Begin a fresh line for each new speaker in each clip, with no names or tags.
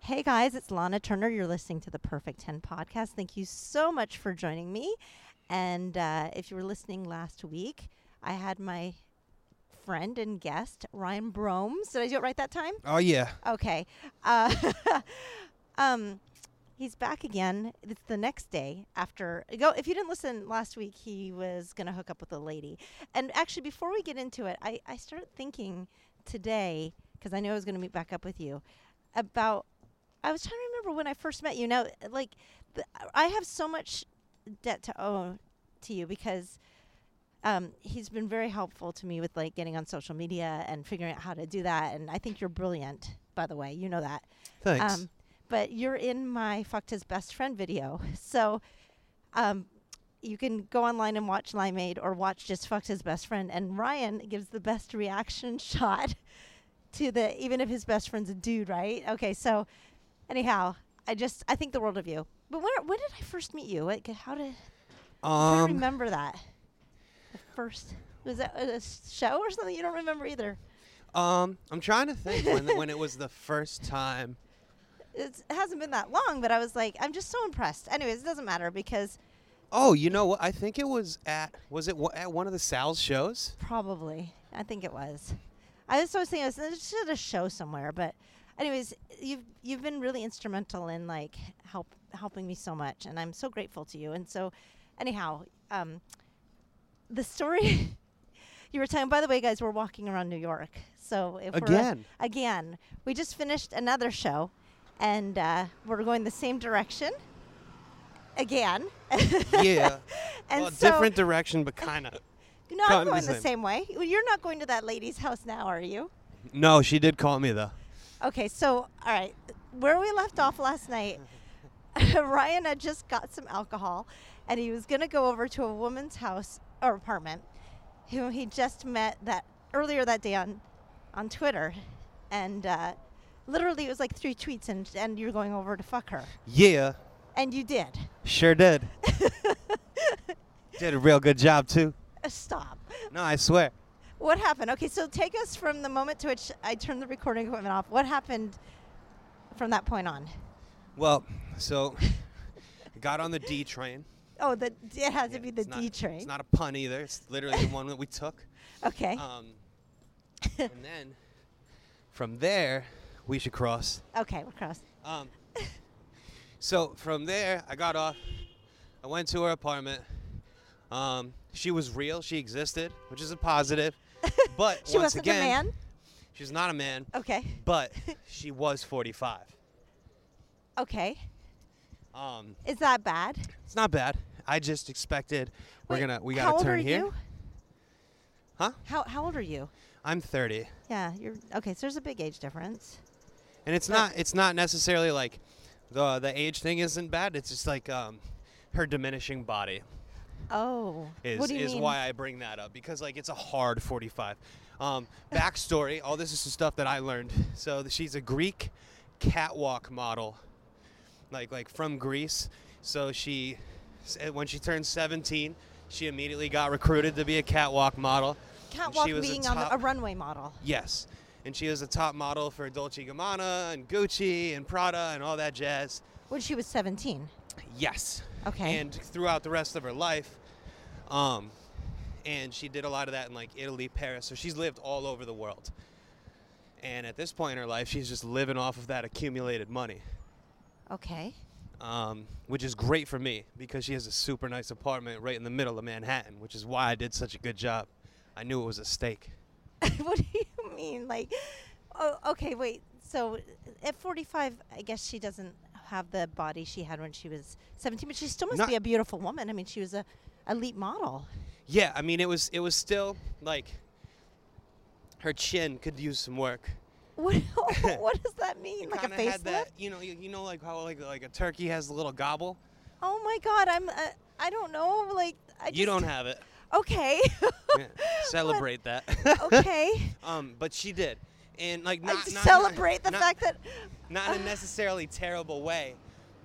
Hey guys, it's Lana Turner. You're listening to the Perfect 10 podcast. Thank you so much for joining me. And uh, if you were listening last week, I had my friend and guest, Ryan Bromes. Did I do it right that time?
Oh yeah.
Okay. Uh, um, he's back again. It's the next day after. Go if you didn't listen last week, he was gonna hook up with a lady. And actually, before we get into it, I I started thinking today because I knew I was gonna meet back up with you about. I was trying to remember when I first met you. Now, like, th- I have so much debt to owe to you because um, he's been very helpful to me with like getting on social media and figuring out how to do that. And I think you're brilliant, by the way. You know that.
Thanks.
Um, but you're in my fucked his best friend video, so um, you can go online and watch Limeade or watch just fucked his best friend. And Ryan gives the best reaction shot to the even if his best friend's a dude, right? Okay, so anyhow, I just I think the world of you. But where when did I first meet you? Like how did I don't
Um,
remember that. The first was that a s- show or something? You don't remember either.
um, I'm trying to think when the, when it was the first time.
It's, it hasn't been that long, but I was like, I'm just so impressed. Anyways, it doesn't matter because
Oh, you know what? I think it was at was it w- at one of the Sal's shows?
probably I think it was. I just was thinking I was just at a show somewhere, but anyways, you've you've been really instrumental in like help helping me so much, and I'm so grateful to you. And so, anyhow, um, the story you were telling. By the way, guys, we're walking around New York, so if we're, uh,
Again.
again. We just finished another show, and uh, we're going the same direction again.
yeah.
and
well,
so,
different direction, but kind of.
No,
kind
I'm
of the
going the
same.
same way. Well, You're not going to that lady's house now, are you?
No, she did call me though.
Okay, so all right, where we left off last night, Ryan had just got some alcohol, and he was gonna go over to a woman's house or apartment, who he just met that earlier that day on, on Twitter, and uh, literally it was like three tweets, and and you're going over to fuck her,
Yeah,
and you did.
sure did. did a real good job too.
Stop.
No, I swear.
What happened? Okay, so take us from the moment to which I turned the recording equipment off. What happened from that point on?
Well, so got on the D train.
Oh, the it has
Yeah,
to be the
it's not-
D train.
It's not a pun either. It's literally the one that we took.
okay.
Um, and then from there, we should cross.
Okay, we're crossed.
Um, so from there, I got off. I went to her apartment. Um, she was real. She existed, which is a positive. But
She
once
wasn't
again,
a man.
she's not a man.
Okay.
But she was 45.
Okay.
Um,
Is that bad?
it's not bad. I just expected we're
Wait,
gonna we
how
gotta
old
turn
are
here.
You?
Huh?
How how old are you?
I'm 30.
Yeah, you're okay. So there's a big age difference.
and it's not it's not necessarily like the the age thing isn't bad it's just like um her diminishing body
Oh.
is
what do you
is
mean?
why I bring that up because like it's a hard 45 um backstory all this is the stuff that I learned so th- she's a Greek catwalk model like like from Greece so she s- uh, when she turned 17 she immediately got recruited to be a catwalk model And
Catwalk
she was
being
a
on the, a
top-
runway model.
Yes. And she was a top model for Dolce Gabbana and Gucci and Prada and all that jazz.
When she was 17.
Yes.
Okay.
And throughout the rest of her life, um, and she did a lot of that in like Italy, Paris. So she's lived all over the world. And at this point in her life, she's just living off of that accumulated money,
Okay.
um, which is great for me because she has a super nice apartment right in the middle of Manhattan, which is why I did such a good job. I knew it was a stake.
what do you mean? Like, oh, okay, wait. So at 45, I guess she doesn't have the body she had when she was 17, but she still must
Not-
be a beautiful woman. I mean, she was a elite model.
Yeah, I mean it was it was still like her chin could use some work.
What, what does that mean? like a
Kinda had
facelift?
that, you know, you, you know like how like like a turkey has the little gobble.
Oh my god, I'm uh, I don't know, like I just
you don't have it.
Okay.
Yeah, Celebrate that.
okay.
um, but she did, and like
I
not
just
not-
celebrate the
not-
fact that
not in a necessarily terrible way,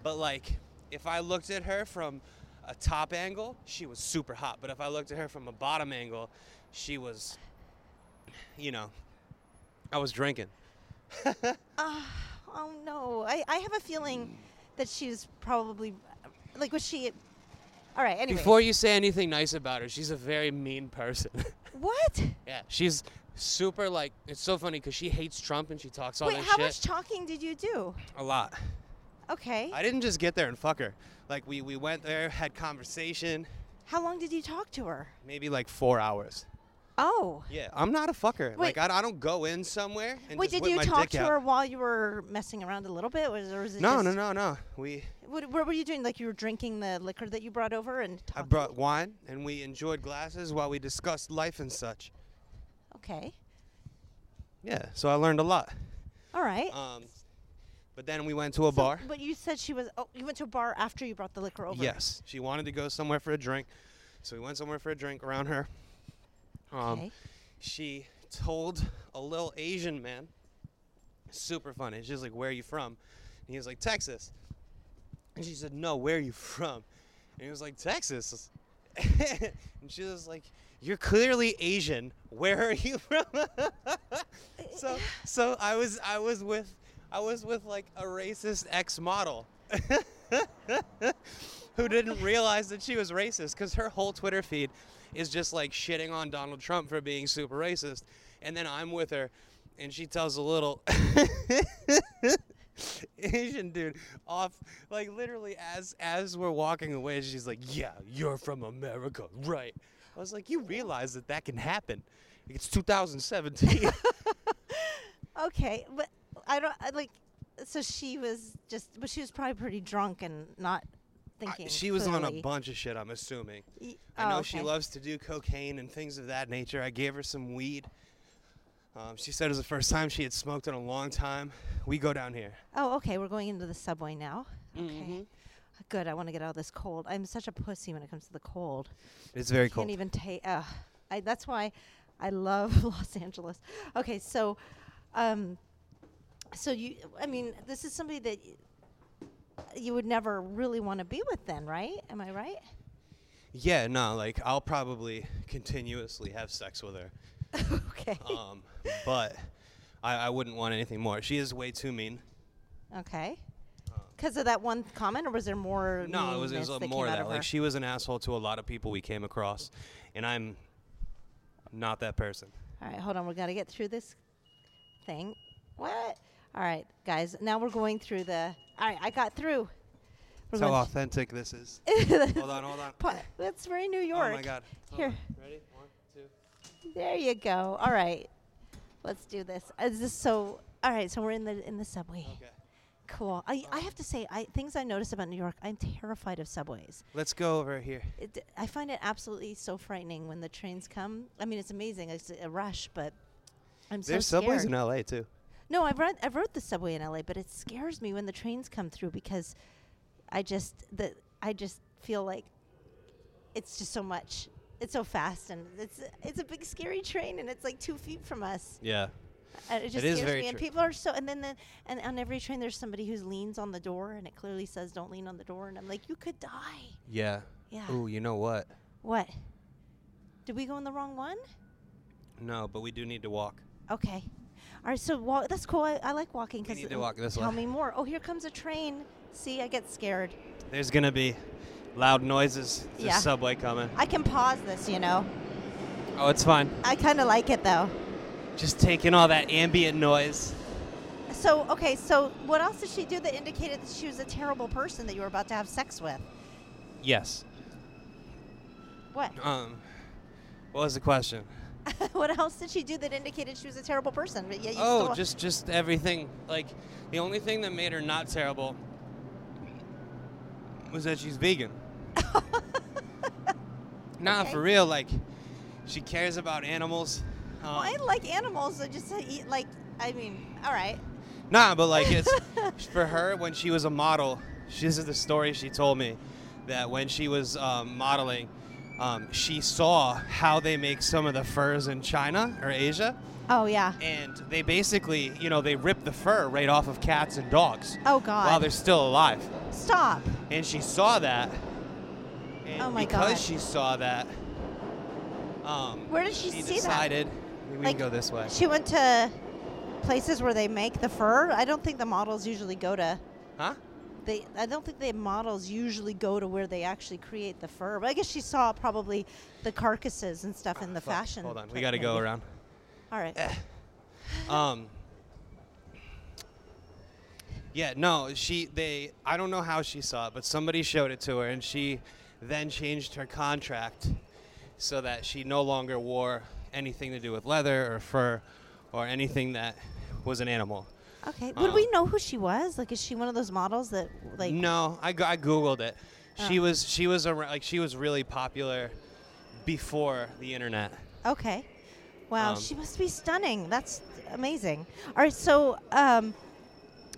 but like if I looked at her from a top angle, she was super hot. But if I looked at her from a bottom angle, she was, you know, I was drinking.
uh, oh no. I, I have a feeling that she's probably like was she all right, anyway.
Before you say anything nice about her, she's a very mean person.
what?
yeah, she's super like. It's so funny because she hates Trump and she talks all
Wait,
this
how
shit
much talking did you do?
a lot.
Okay.
I didn't just get there and fuck her. Like we we went there, had conversation,
how long did you talk to her?
maybe like four hours.
Oh.
Yeah, I'm not a fucker.
Wait.
Like I, I don't go in somewhere and
Wait, did
just whip
you
my
talk
dick
to
out.
her while you were messing around a little bit? Was, or was it
No,
just,
no, no, no. We
What, what were you doing? Like you were drinking the liquor that you brought over and
I
talking?
brought wine and we enjoyed glasses while we discussed life and such.
Okay.
Yeah, so I learned a lot.
All right.
Um, but then we went to a
So- oh
bar.
But you said she was. Oh, you went to a bar after you brought the liquor over.
Yes, she wanted to go somewhere for a drink, so we went somewhere for a drink around her. Um,
Okay.
She told a little Asian man, super funny. She was like, "Where are you from?" And he was like, "Texas." And she said, "No, where are you from?" And he was like, "Texas." and she was like, "You're clearly Asian. Where are you from?" so, so I was, I was with, I was with like a racist ex model. who didn't realize that she was racist because her whole Twitter feed is just like shitting on Donald Trump for being super racist. And then I'm with her, and she tells a little Asian dude off, like literally as as we're walking away, she's like, "Yeah, you're from America, right?" I was like, "You realize that that can happen? Like, It's 2017."
Okay, but I don't I, like. So she was just, but she was probably pretty drunk and not thinking.
she was on a
clearly.
bunch of shit. I'm assuming.
Y-
I know
oh,
she
okay.
loves to do cocaine and things of that nature. I gave her some weed. Um, she said it was the first time she had smoked in a long time. We go down here.
Oh, okay. We're going into the subway now. Okay.
Mhm.
Good. I want to get out of this cold. I'm such a pussy when it comes to the cold.
It's very
Can't
cold.
even take. Uh, I, that's why I love Los Angeles. Okay, so, um, so you. I mean, this is somebody that y- you would never really want to be with, then, right? Am I right?
yeah, no, like I'll probably continuously have sex with her,
okay.
um, but I, I wouldn't want anything more. She is way too mean.
Okay. Because of that one comment, or was there more?
Uh. No, it was, it
meanness
was a-
that
more
came out
that.
of her?
Like she was an asshole to a lot of people we came across, and I'm not that person.
All right, hold on. We got to get through this thing. What? All right, guys. Now we're going through the. All right, I got through. We're
That's how
going
authentic this is. hold on, hold on.
Pa- That's very New York.
Oh my God. Hold
Here.
on. Ready? One, two.
There you go. All right. Let's do this. Uh, This is so. All right, so we're in the in the subway.
Okay.
Cool. I, I have to say, I things I notice about New York, I'm terrified of subways.
Let's go over here.
It, I find it absolutely so frightening when the trains come. I mean, it's amazing. It's a rush, but I'm so
There's
scared.
subways in LA too.
No, I've read I've rode the subway in LA, but it scares me when the trains come through because I just the I just feel like it's just so much. It's so fast and it's it's a big scary train and it's like two feet from us.
Yeah.
And it just
is
scares
very
me. And
true.
people are so and then the, and on every train there's somebody who's leans on the door and it clearly says don't lean on the door and I'm like you could die.
Yeah.
Yeah.
Ooh, you know what?
What? Did we go in the wrong one?
No, but we do need to walk.
Okay. All right, so wa- that's cool. I, I like walking
We
because
need to walk this
tell
way.
me more. Oh, here comes a train. See, I get scared.
There's gonna be loud noises. There's
Yeah.
subway coming.
I can pause this, you know.
Oh, it's fine.
I kind of like it though.
Just taking all that ambient noise.
So, okay, so what else did she do that indicated that she was a terrible person that you were about to have sex with?
Yes.
What?
Um, what was the question?
what else did she do that indicated she was a terrible person? But yeah, you
Oh,
still-
just just everything. Like the only thing that made her not terrible was that she's vegan. nah,
Okay.
for real. Like she cares about animals. Um,
Well, I like animals. I just uh, eat like. I mean, all right.
Nah, but like it's for her when she was a model. She, this is the story she told me that when she was um, modeling, um, she saw how they make some of the furs in China or Asia,
Oh yeah.
and they basically, you know, they rip the fur right off of cats and dogs
Oh god.
while they're still alive.
Stop.
And she saw that, and
Oh my
because
God.
she saw that, um,
Where did she see that?
decided, We
Like,
can go this way.
She went to places where they make the fur. I don't think the models usually go to.
Huh?
They, I don't think the models usually go to where they actually create the fur. But I guess she saw probably the carcasses and stuff in the
Fuck,
fashion.
Hold on, we
print
got to go
maybe.
around. Eh.
All right.
Um. Yeah, no, she they I don't know how she saw it, but somebody showed it to her and she then changed her contract so that she no longer wore anything to do with leather or fur or anything that was an animal.
Okay. Would
Um,
we know who she was? Like, is she one of those models that like?
no, I, go- I googled it. She
Oh.
was she was a, like she was really popular before the internet.
Okay. Wow,
Um,
she must be stunning. That's amazing. All right, so um,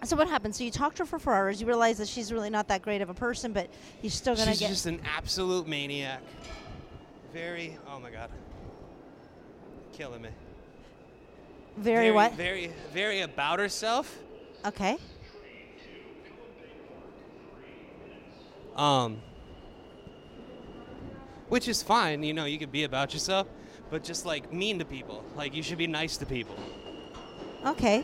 so what happened? So you talked to her for four hours. You realize that she's really not that great of a person, but you're still gonna
She's
get.
just an absolute maniac. Very oh my god. Killing me.
very, what?
Very, very about herself.
Okay.
Um, which is fine, you know, you could be about yourself, but just like mean to people. Like you should be nice to people.
Okay.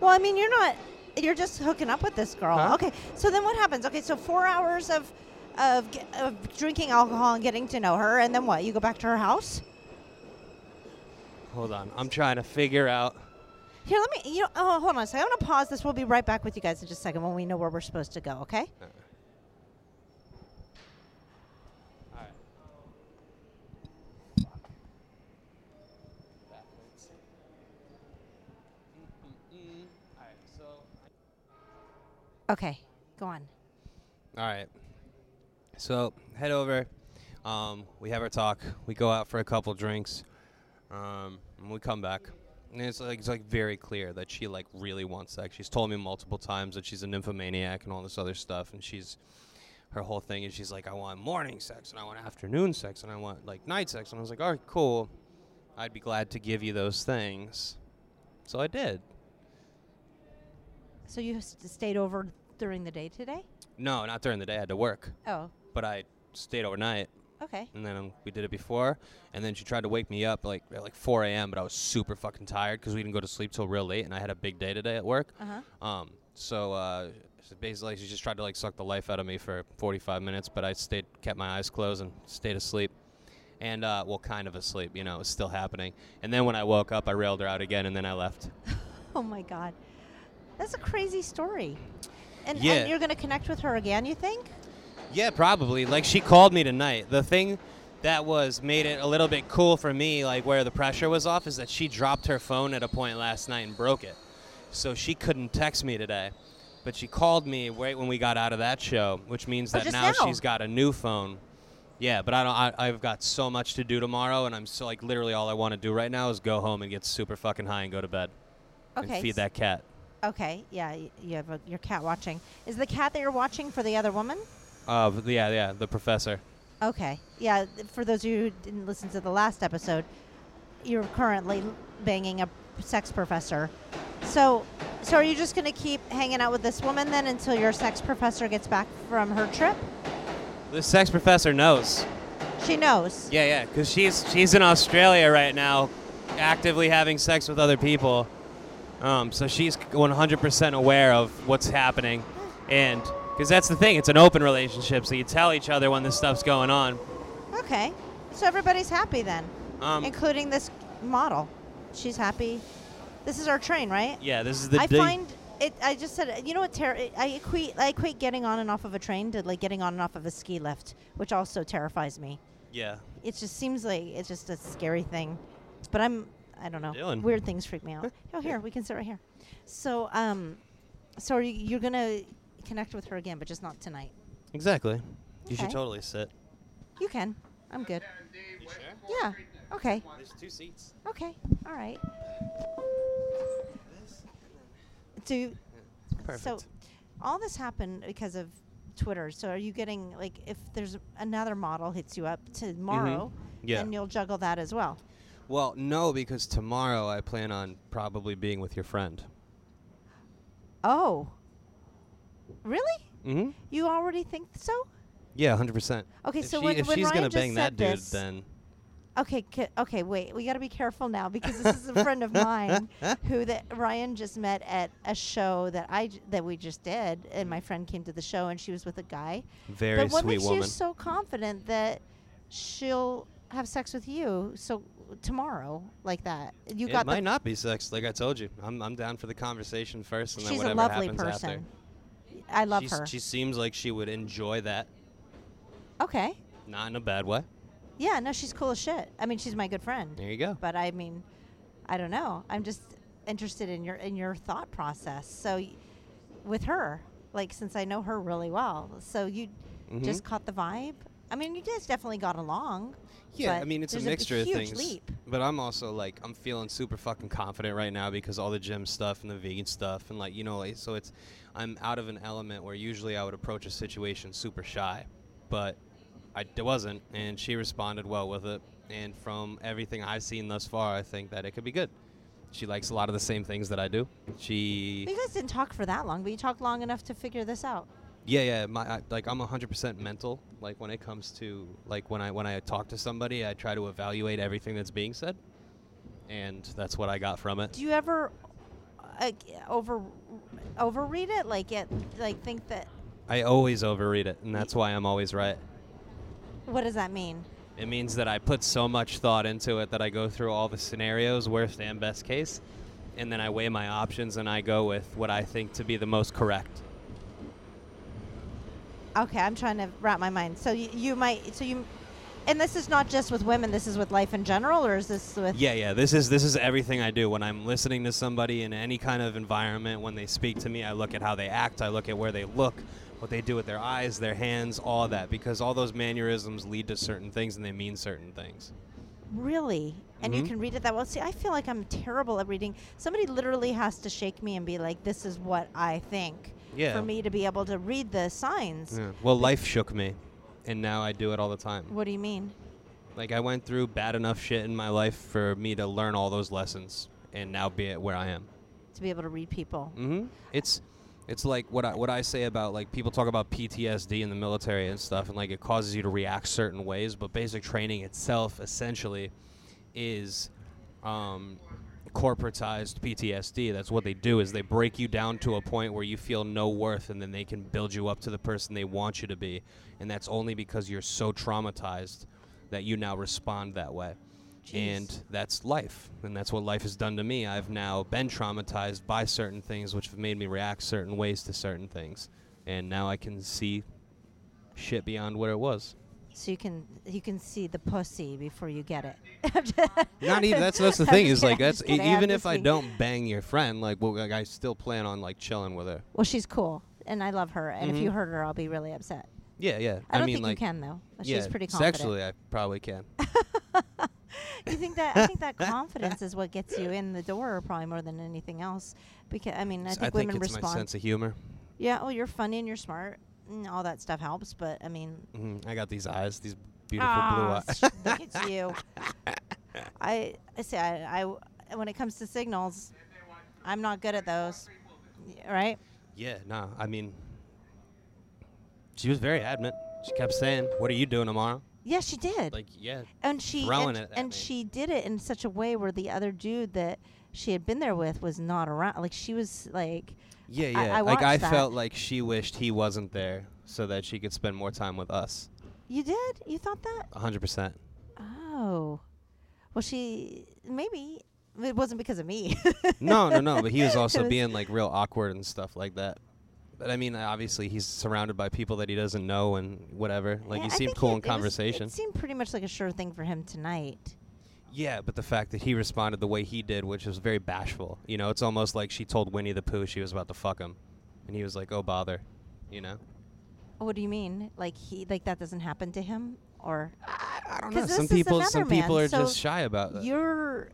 Well, I mean, you're not. You're just hooking up with this girl.
Huh?
Okay. So then what happens? Okay, so four hours of of ge- of drinking alcohol and getting to know her, and then what? You go back to her house.
Hold on, I'm trying to figure out.
Here, let me. You know, oh, hold on a second. I'm gonna pause this. We'll be right back with you guys in just a second when we know where we're supposed to go. Okay.
Alright. Mm-hmm,
Okay. Go on.
All right. So head over. Um, we have our talk. We go out for a couple drinks. Um, and we come back. And it's like it's like very clear that she like really wants sex. She's told me multiple times that she's a nymphomaniac and all this other stuff. And she's her whole thing is she's like, I want morning sex and I want afternoon sex and I want like night sex. And I was like, all right, cool. I'd be glad to give you those things. So I did.
So you s- stayed over during the day today?
No, not during the day. I had to work,
Oh,
but I stayed overnight.
okay.
and then um, we did it before. And then she tried to wake me up like at like 4 a.m., but I was super fucking tired because we didn't go to sleep till real late, and I had a big day today at work.
Uh huh.
Um, so uh, so basically, she just tried to like suck the life out of me for 45 minutes, but I stayed, kept my eyes closed, and stayed asleep. And uh, well, kind of asleep, you know, it was still happening. And then when I woke up, I railed her out again, and then I left.
Oh my God, that's a crazy story. And,
Yeah.
and you're going to connect with her again, you think?
Yeah, probably. Like she called me tonight. The thing that was made it a little bit cool for me, like where the pressure was off, is that she dropped her phone at a point last night and broke it. So she couldn't text me today. But she called me right when we got out of that show, which means
Oh,
that
just
now,
now.
she's got a new phone. Yeah, but I don't. I, I've got so much to do tomorrow, and I'm so like literally all I want to do right now is go home and get super fucking high and go to bed
Okay.
and feed that cat.
Okay. Yeah, y- you have a, your cat watching. Is the cat that you're watching for the other woman?
Uh, but yeah, yeah, the professor.
Okay. Yeah. th- For those of you who didn't listen to the last episode, you're currently l- banging a sex professor. So, so are you just going to keep hanging out with this woman then until your sex professor gets back from her trip?
The sex professor knows.
She knows.
Yeah, yeah, because she's she's in Australia right now, actively having sex with other people. Um, so she's 100% aware of what's happening, and because that's the thing, it's an open relationship, so you tell each other when this stuff's going on.
Okay. So everybody's happy then,
Um,
including this model. She's happy. This is our train, right?
yeah, this is the
I
day-
find it. I just said, you know what? Ter- I equate I equate getting on and off of a train to like getting on and off of a ski lift, which also terrifies me.
yeah,
It just seems like it's just a scary thing. But I'm I don't know.
Dylan.
Weird things freak me out. oh, here we can sit right here. So um, so are you, you're gonna connect with her again, but just not tonight.
exactly. You should
Okay.
totally sit.
You can. I'm good.
You sure?
Yeah. Okay.
There's two seats.
Okay. All right. Do
Perfect.
So, all this happened because of Twitter. So, are you getting like if there's another model hits you up tomorrow,
Mm-hmm. Yeah.
then you'll juggle that as well?
well, no, because tomorrow I plan on probably being with your friend.
Oh, really?
Mm-hmm.
You already think so?
Yeah, 100%.
Okay,
If
so
she,
when-
if
when
she's
Ryan
gonna
just
bang that
said
dude,
this-
then
Okay, ca- okay, wait. We got to be careful now because this is a friend of mine who that Ryan just met at a show that I j- that we just did, and my friend came to the show and she was with a guy.
Very
but what
sweet
makes you
woman.
so confident that she'll have sex with you so tomorrow like that? You
it
got the
might not be sex, like I told you. I'm, I'm down for the conversation first, and
she's
then
a
whatever
lovely
happens
person. I love
after. She's-
her.
She seems like she would enjoy that,
okay.
not in a bad way.
Yeah, no, she's cool as shit. I mean, she's my good friend.
There you go.
But I mean, I don't know. I'm just interested in your in your thought process. So y- with her, like since I know her really well, so you
Mhm.
just caught the vibe. I mean, you guys definitely got along.
Yeah,
but
I mean it's a
there's b-
mixture of
huge
things.
Leap.
But I'm also like I'm feeling super fucking confident right now because all the gym stuff and the vegan stuff and like you know like, so it's I'm out of an element where usually I would approach a situation super shy, but I d- wasn't and she responded well with it and from everything I've seen thus far I think that it could be good. She likes a lot of the same things that I do. She
But you guys didn't talk for that long, but you talked long enough to figure this out.
Yeah, yeah. My I, like I'm 100% mental. Like when it comes to like when I when I talk to somebody, I try to evaluate everything that's being said, and that's what I got from it.
Do you ever uh, over overread it? Like it? Like think that?
I always overread it, and that's why I'm always right.
What does that mean?
It means that I put so much thought into it that I go through all the scenarios, worst and best case, and then I weigh my options and I go with what I think to be the most correct.
Okay, I'm trying to wrap my mind. So you, you might, so you, and this is not just with women. This is with life in general, or is this with?
Yeah, yeah. This is this is everything I do when I'm listening to somebody in any kind of environment. When they speak to me, I look at how they act. I look at where they look, what they do with their eyes, their hands, all that, because all those mannerisms lead to certain things and they mean certain things.
Really? And you
Mhm.
can read it that well. See, I feel like I'm terrible at reading. Somebody literally has to shake me and be like, "This is what I think."
Yeah.
For me to be able to read the signs.
Well, life shook me, and now I do it all the time.
What do you mean?
Like I went through bad enough shit in my life for me to learn all those lessons, and now be at where I am.
To be able to read people.
hmm It's it's like what I what I say about like people talk about PTSD in the military and stuff, and like it causes you to react certain ways. But basic training itself, essentially, is um, corporatized PTSD. That's what they do is they break you down to a point where you feel no worth, and then they can build you up to the person they want you to be. And that's only because you're so traumatized that you now respond that way.
Jeez.
And that's life. And that's what life has done to me. I've now been traumatized by certain things, which have made me react certain ways to certain things. And now I can see shit beyond what it was.
So you can you can see the pussy before you get it.
Not even that's that's the
I'm
thing
just
is like
kidding, I'm
that's
just
e-
kidding, I'm
even
just
if I
being-
don't bang your friend like well like, I still plan on like chilling with her.
Well, she's cool, and I love her. And if
Mhm.
you hurt her, I'll be really upset.
Yeah, yeah.
I don't
mean
think
like
you can though. She's
yeah,
pretty confident.
Sexually, I probably can.
You think that I think that confidence is what gets you in the door, probably more than anything else. Because I mean, I
S-
think women
it's my
respond.
sense of humor.
Yeah, oh, you're funny and you're smart, and all that stuff helps. But I mean,
Mhm, I got these eyes, these beautiful
ah,
blue eyes.
sh- look at you. I I say I, I when it comes to signals, I'm not good at those. Y- Right?
Yeah, nah. I mean, she was very adamant. She kept saying, "What are you doing tomorrow?"
Yeah, she did.
Like, yeah,
and she
throwing
and,
it at
and
me.
she did it in such a way where the other dude that she had been there with was not around. Like she was like,
yeah,
I-
yeah.
I
like, I
watched that.
felt like she wished he wasn't there so that she could spend more time with us.
"You did? You thought that?"
A hundred percent.
Oh. Well, she maybe it wasn't because of me.
No, no, no. But he was
It
also
was-
being like real awkward and stuff like that. But I mean, obviously, he's surrounded by people that he doesn't know and whatever. Like,
Yeah,
he
I
seemed
think
cool
he-
in
it was-
conversation.
it seemed pretty much like a sure thing for him tonight.
Yeah, but the fact that he responded the way he did, which was very bashful. You know, it's almost like she told Winnie the Pooh she was about to fuck him, and he was like, "Oh bother," you know.
What do you mean? Like he like that doesn't happen to him or
I, I don't
'Cause
know.
this
Some
is
people, some
another
people
man,
are
so
just shy about that.
you're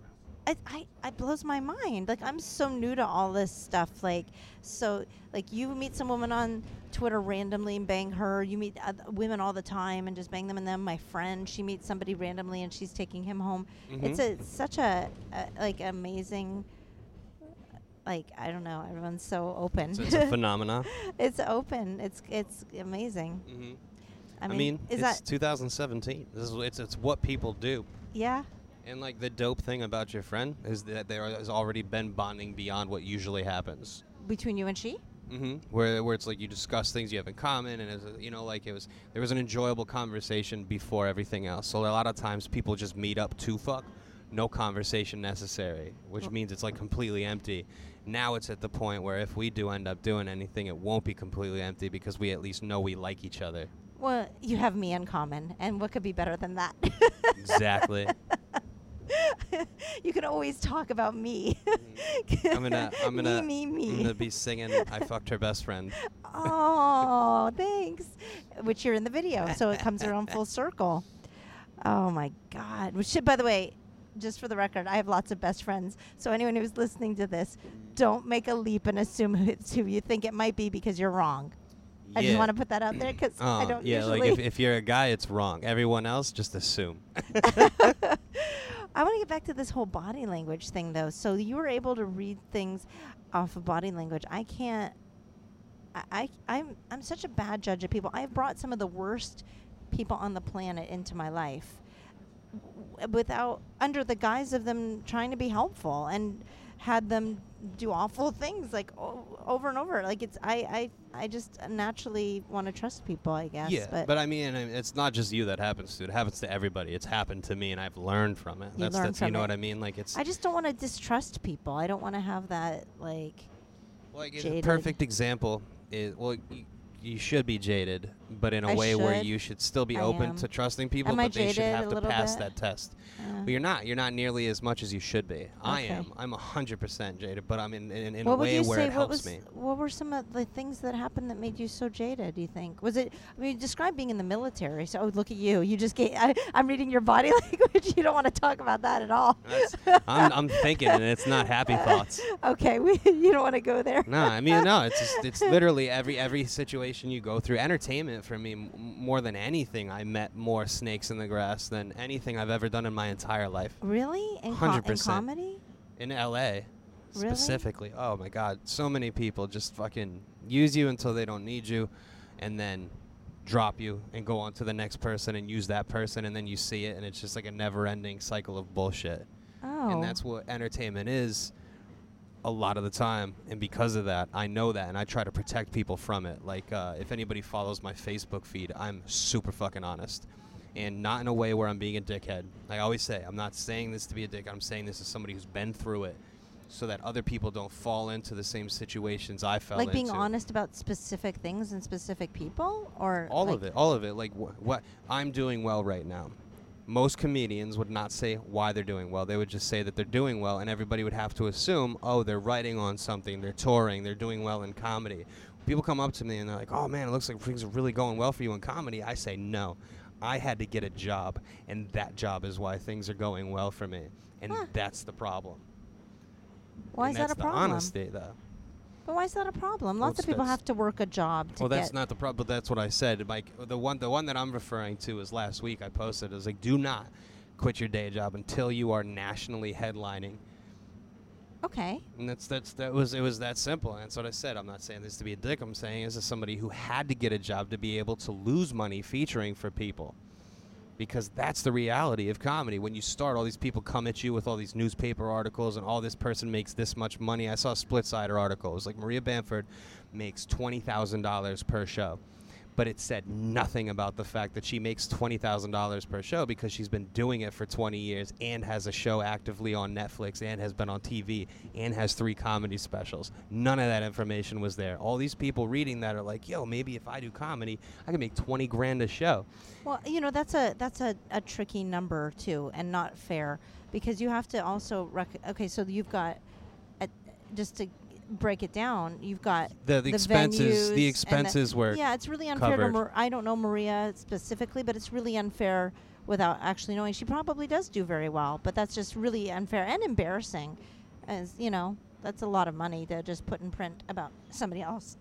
I, I it blows my mind. Like I'm so new to all this stuff. Like so, like you meet some woman on Twitter randomly and bang her. You meet oth- women all the time and just bang them and them. My friend, she meets somebody randomly and she's taking him home.
Mm-hmm.
It's a such a, a like amazing. Like I don't know, everyone's so open.
So it's a phenomenon.
It's open. It's it's amazing.
hmm
I
I
mean,
mean,
is
it's
that
2017. This is it's it's what people do.
Yeah.
And like the dope thing about your friend is that there has already been bonding beyond what usually happens.
Between you and she? Mm-hmm.
hmm Where where it's like you discuss things you have in common, and it's, uh, you know, like it was there was an enjoyable conversation before everything else. So a lot of times people just meet up to fuck, no conversation necessary, which means it's like completely empty. Now it's at the point where if we do end up doing anything, it won't be completely empty because we at least know we like each other.
Well, you have me in common, and what could be better than that?
Exactly.
you can always talk about me.
Mm-hmm. I'm gonna I'm gonna
me, me,
I'm
me.
gonna be singing I fucked her best friend.
oh, thanks. Which you're in the video, so it comes around full circle. Oh my God! Which, should, by the way, just for the record, I have lots of best friends. So anyone who's listening to this,
Mm.
don't make a leap and assume who it's who you think it might be because you're wrong. I just want to put that out there because I
Uh,
don't
yeah,
usually.
like if, if you're a guy, it's wrong. Everyone else, just assume.
I want to get back to this whole body language thing, though. So you were able to read things off of body language. I can't. I, I I'm I'm such a bad judge of people. I've brought some of the worst people on the planet into my life, w- without under the guise of them trying to be helpful and had them do awful things like o- over and over. Like it's I I I just naturally want to trust people. I guess.
yeah,
but,
but, I mean, I- it's not just you that happens to. It happens to everybody. It's happened to me, and I've learned from it.
You
that's
learn
that's you
from
know
it.
what I mean. Like it's
I just don't want to distrust people. I don't want to have that like.
like it's a
jaded.
perfect example is well. You, you should be jaded, but in a
I
way where
should.
you should still be
I
open
am.
to trusting people,
Am I
but they should
jaded a
have to
little
pass
bit?
that test.
uh,
But you're not. You're not nearly as much as you should be. I
Okay.
am. I'm 100% jaded, but I'm in, in, in a
what would
way
you
where
say?
it
what
helps
was?
me.
What were some of the things that happened that made you so jaded? Do you think was it? I mean, you described being in the military. So oh, look at you. You just gave. I, I'm reading your body language. You don't want to talk about that at all.
That's- I'm, I'm thinking, and it's not happy thoughts.
okay, we, you don't want to go there.
No, I mean no. It's just, it's literally every every situation you go through. Entertainment for me m- more than anything. I met more snakes in the grass than anything I've ever done in my entire life.
Really? In, co- in
100%.
comedy?
In L.A.
Really?
specifically. Oh my God, so many people just fucking use you until they don't need you, and then drop you and go on to the next person and use that person, and then you see it, and it's just like a never-ending cycle of bullshit
Oh.
and that's what entertainment is a lot of the time and because of that i know that and i try to protect people from it like uh, if anybody follows my facebook feed i'm super fucking honest and not in a way where i'm being a dickhead i always say i'm not saying this to be a dick i'm saying this as somebody who's been through it so that other people don't fall into the same situations i fell
like being
into
honest about specific things and specific people, or
all
like
of it all of it like wh- what i'm doing well right now most comedians would not say why they're doing well they would just say that they're doing well and everybody would have to assume oh they're writing on something they're touring they're doing well in comedy people come up to me and they're like oh man it looks like things are really going well for you in comedy i say no i had to get a job and that job is why things are going well for me and
Huh.
that's the problem
Why is
And
that a
that's the
problem?
honesty though
But why is that a problem?
Well,
Lots
it's-
of people
that's-
have to work a job to
Well, that's
get.
not the problem. But that's what I said. Like the one, the one that I'm referring to is last week. I posted. It was like, do not quit your day job until you are nationally headlining.
okay.
And that's that's that was it was that simple. And that's what I said. I'm not saying this to be a dick. I'm saying this is somebody who had to get a job to be able to lose money featuring for people. Because that's the reality of comedy. When you start, all these people come at you with all these newspaper articles, and all this person makes this much money. I saw a split sider article. It was like Maria Bamford makes twenty thousand dollars per show, but it said nothing about the fact that she makes twenty thousand dollars per show because she's been doing it for twenty years and has a show actively on Netflix and has been on TV and has three comedy specials. None of that information was there. All these people reading that are like, "Yo, maybe if I do comedy, I can make twenty grand a show."
Well, you know that's a that's a, a tricky number too, and not fair because you have to also rec- okay. So you've got, at, just to break it down, you've got
The, the, expenses,
venues
the
and
expenses were
yeah. It's really unfair to
covered.
Mar- I don't know Maria specifically, but it's really unfair without actually knowing. She probably does do very well, but that's just really unfair and embarrassing, as you know. That's a lot of money to just put in print about somebody else.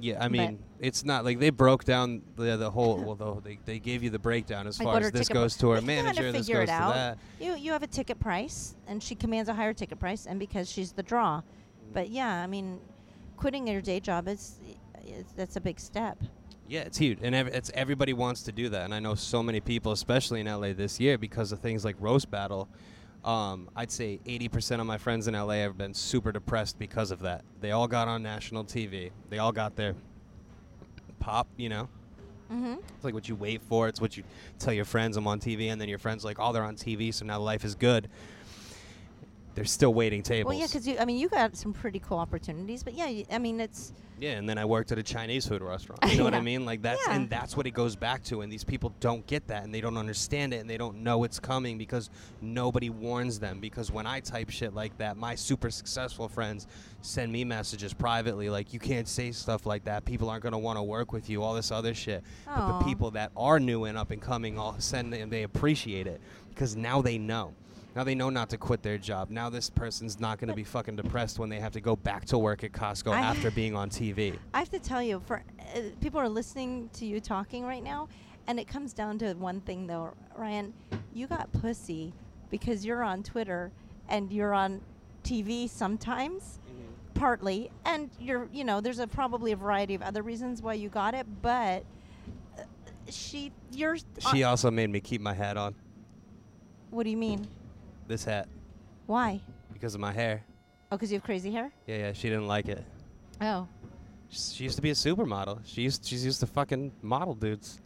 Yeah, I mean, it's not like they broke down the the whole. Well, though they, they gave you the breakdown as
Like
far
what
as
her
this
ticket pri-
goes to
We
our
can kinda
manager, this
figure it
goes to
out.
that.
You you have a ticket price, and she commands a higher ticket price, and because she's the draw. But yeah, I mean, quitting your day job is, is that's a big step.
Yeah, it's huge, and ev- it's everybody wants to do that. And I know so many people, especially in LA this year, because of things like roast battle. Um, I'd say 80% of my friends in LA have been super depressed because of that. They all got on national TV. They all got their pop, you know.
hmm
It's like what you wait for. It's what you tell your friends I'm on TV, and then your friends like, oh, they're on TV, so now life is good. They're still waiting tables.
Well, yeah, because you, I mean, you got some pretty cool opportunities, but yeah, y- I mean, it's
Yeah, and then I worked at a Chinese food restaurant. You know what I
Yeah.
mean? Like that's
Yeah.
and that's what it goes back to. And these people don't get that, and they don't understand it, and they don't know it's coming because nobody warns them. Because when I type shit like that, my super successful friends send me messages privately like, "You can't say stuff like that. People aren't gonna want to work with you. All this other shit." But the
Aw.
people that are new and up and coming all send and they appreciate it because now they know. Now they know not to quit their job. Now this person's not going to be fucking depressed when they have to go back to work at Costco
I-
after being on TV.
I have to tell you, for uh, people are listening to you talking right now, and it comes down to one thing though, Ryan. You got pussy because you're on Twitter and you're on TV sometimes,
Mm-hmm.
partly, and you're you know there's a probably a variety of other reasons why you got it, but uh, she you're uh,
She also made me keep my hat on.
what do you mean?
This hat.
Why?
Because of my hair.
Oh, because you have crazy hair.
Yeah, yeah, she didn't like it.
Oh,
Sh- She used to be a supermodel. She used she's used to fucking model dudes.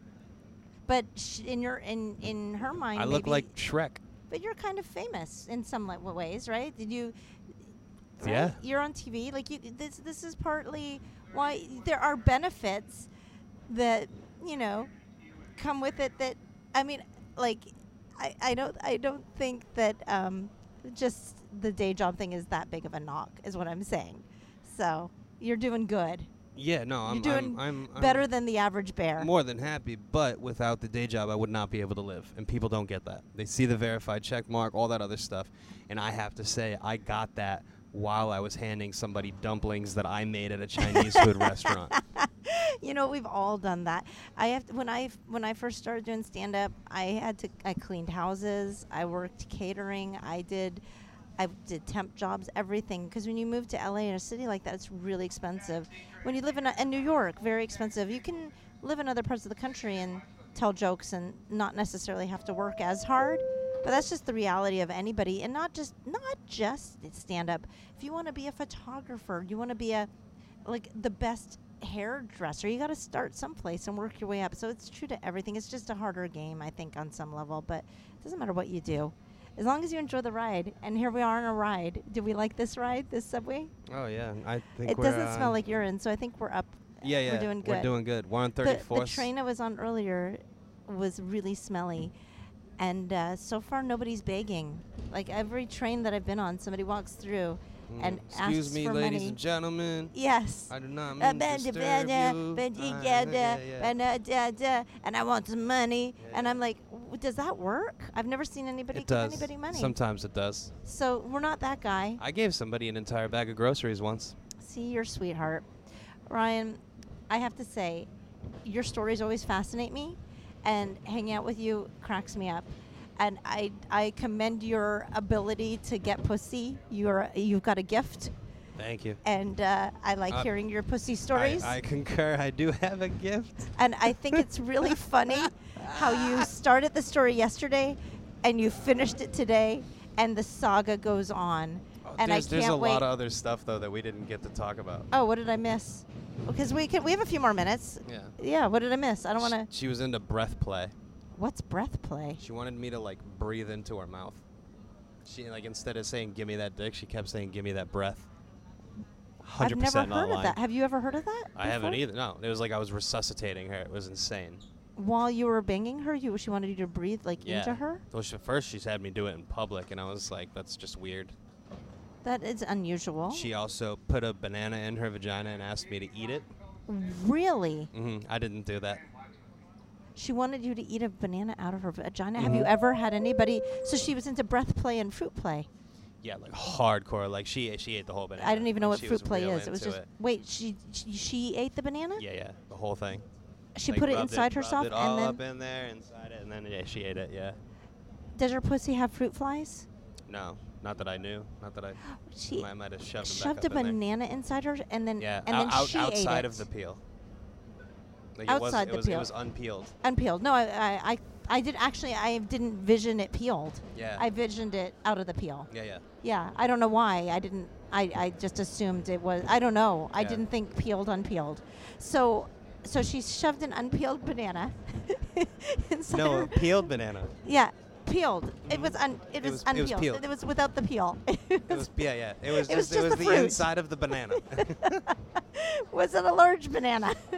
but sh- in your in in her mind,
I look
maybe-
like Shrek.
But you're kind of famous in some li- ways, right? Did you? right?
Yeah.
You're on TV. Like you, this this is partly why there are benefits that you know come with it. That I mean, like I, I don't I don't think that um, just the day job thing is that big of a knock is what I'm saying. So you're doing good.
Yeah, no, I'm
you're doing
Mm, I'm, I'm, I'm
better than the average bear.
more than happy, but without the day job I would not be able to live. And people don't get that. They see the verified check mark, all that other stuff, and I have to say I got that while I was handing somebody dumplings that I made at a Chinese food restaurant.
you know we've all done that i have when i when i first started doing stand up i had to i cleaned houses i worked catering i did i did temp jobs everything because when you move to la in a city like that it's really expensive when you live in, a, in new york very expensive you can live in other parts of the country and tell jokes and not necessarily have to work as hard but that's just the reality of anybody and not just not just stand up if you want to be a photographer you want to be a like the best hairdresser. You got to start someplace and work your way up. So it's true to everything. It's just a harder game, I think, on some level. But it doesn't matter what you do, as long as you enjoy the ride. And here we are on a ride. Do we like this ride, this subway?
oh yeah, I think
It
we're,
doesn't smell
um,
like urine, so I think we're up.
Yeah, yeah.
We're doing good.
We're doing good. We're on
the,
34th.
the train I was on earlier was really smelly. And uh, so far, nobody's begging. Like every train that I've been on, somebody walks through and
Mm. Hmm. excuse
asks
me,
for
ladies
money.
and gentlemen.
yes. Uh,
I do not mean to disturb you. Uh, yeah, yeah, yeah.
and I want some money.
Yeah,
And
yeah.
I'm like, "W- does that work? I've never seen anybody
It
give
does.
anybody money.
Sometimes it does.
so we're not that guy.
I gave somebody an entire bag of groceries once.
See your sweetheart. Ryan, I have to say, your stories always fascinate me, and hanging out with you cracks me up. And I, I commend your ability to get pussy. You're, you've got a gift,
Thank you.
and uh, I like
Uh,
hearing your pussy
I,
stories.
I concur. I do have a gift.
And I think it's really funny how you started the story yesterday and you finished it today and the saga goes on. and
Oh, there's,
I can't
there's a
wait.
lot of other stuff though that we didn't get to talk about.
oh, what did I miss? Because we can we have a few more minutes.
Yeah.
Yeah, what did I miss? I don't want to
She was into breath play.
What's breath play?
She wanted me to like breathe into her mouth. She like instead of saying "give me that dick," she kept saying "give me that breath."
I've
Hundred
never
percent
heard
not
of
lying.
that. Have you ever heard of that?
I haven't
before?
either. No, it was like I was resuscitating her. It was insane.
While you were banging her, you she wanted you to breathe like
Yeah.
into her?
Well, she, first she's had me do it in public, and I was like, "That's just weird."
That is unusual.
She uh, also put a banana in her vagina and asked me to eat it.
really?
hmm I didn't do that.
She wanted you to eat a banana out of her vagina. Have
Mm-hmm.
you ever had anybody? So she was into breath play and fruit play.
Yeah, like hardcore. Like she she ate the whole banana.
I don't even know
Like,
what
she
fruit play
real
is. It was
into
just wait. She, she she ate the banana.
Yeah, yeah, the whole thing.
She
Like,
put it
rubbed
inside
rubbed
herself,
it all
and
up
then
in there, inside it, and then yeah, she ate it. Yeah.
does her pussy have fruit flies?
No, not that I knew. Not that I.
She
I might have shoved, 'em
shoved a
back up in there.
banana inside her, and then
Yeah,
and then
out,
she ate
outside
it.
of the peel. Like it was,
Outside
it
the
was, it
peel.
was unpeeled.
unpeeled. No, I, I, I, I did actually. I didn't vision it peeled.
Yeah.
I visioned it out of the peel.
yeah, yeah.
Yeah, I don't know why. I didn't. I, I just assumed it was. I don't know. I
Yeah.
didn't think peeled unpeeled. So, so she shoved an unpeeled banana inside.
No,
her-
a peeled banana.
Yeah, peeled. It was un. It,
It
was,
was- it was
unpeeled.
peeled.
It was without the peel. It
It was, yeah, yeah. It was
It
just,
was
it
just
was
the
the,
fruit.
inside of the banana.
was it a large banana?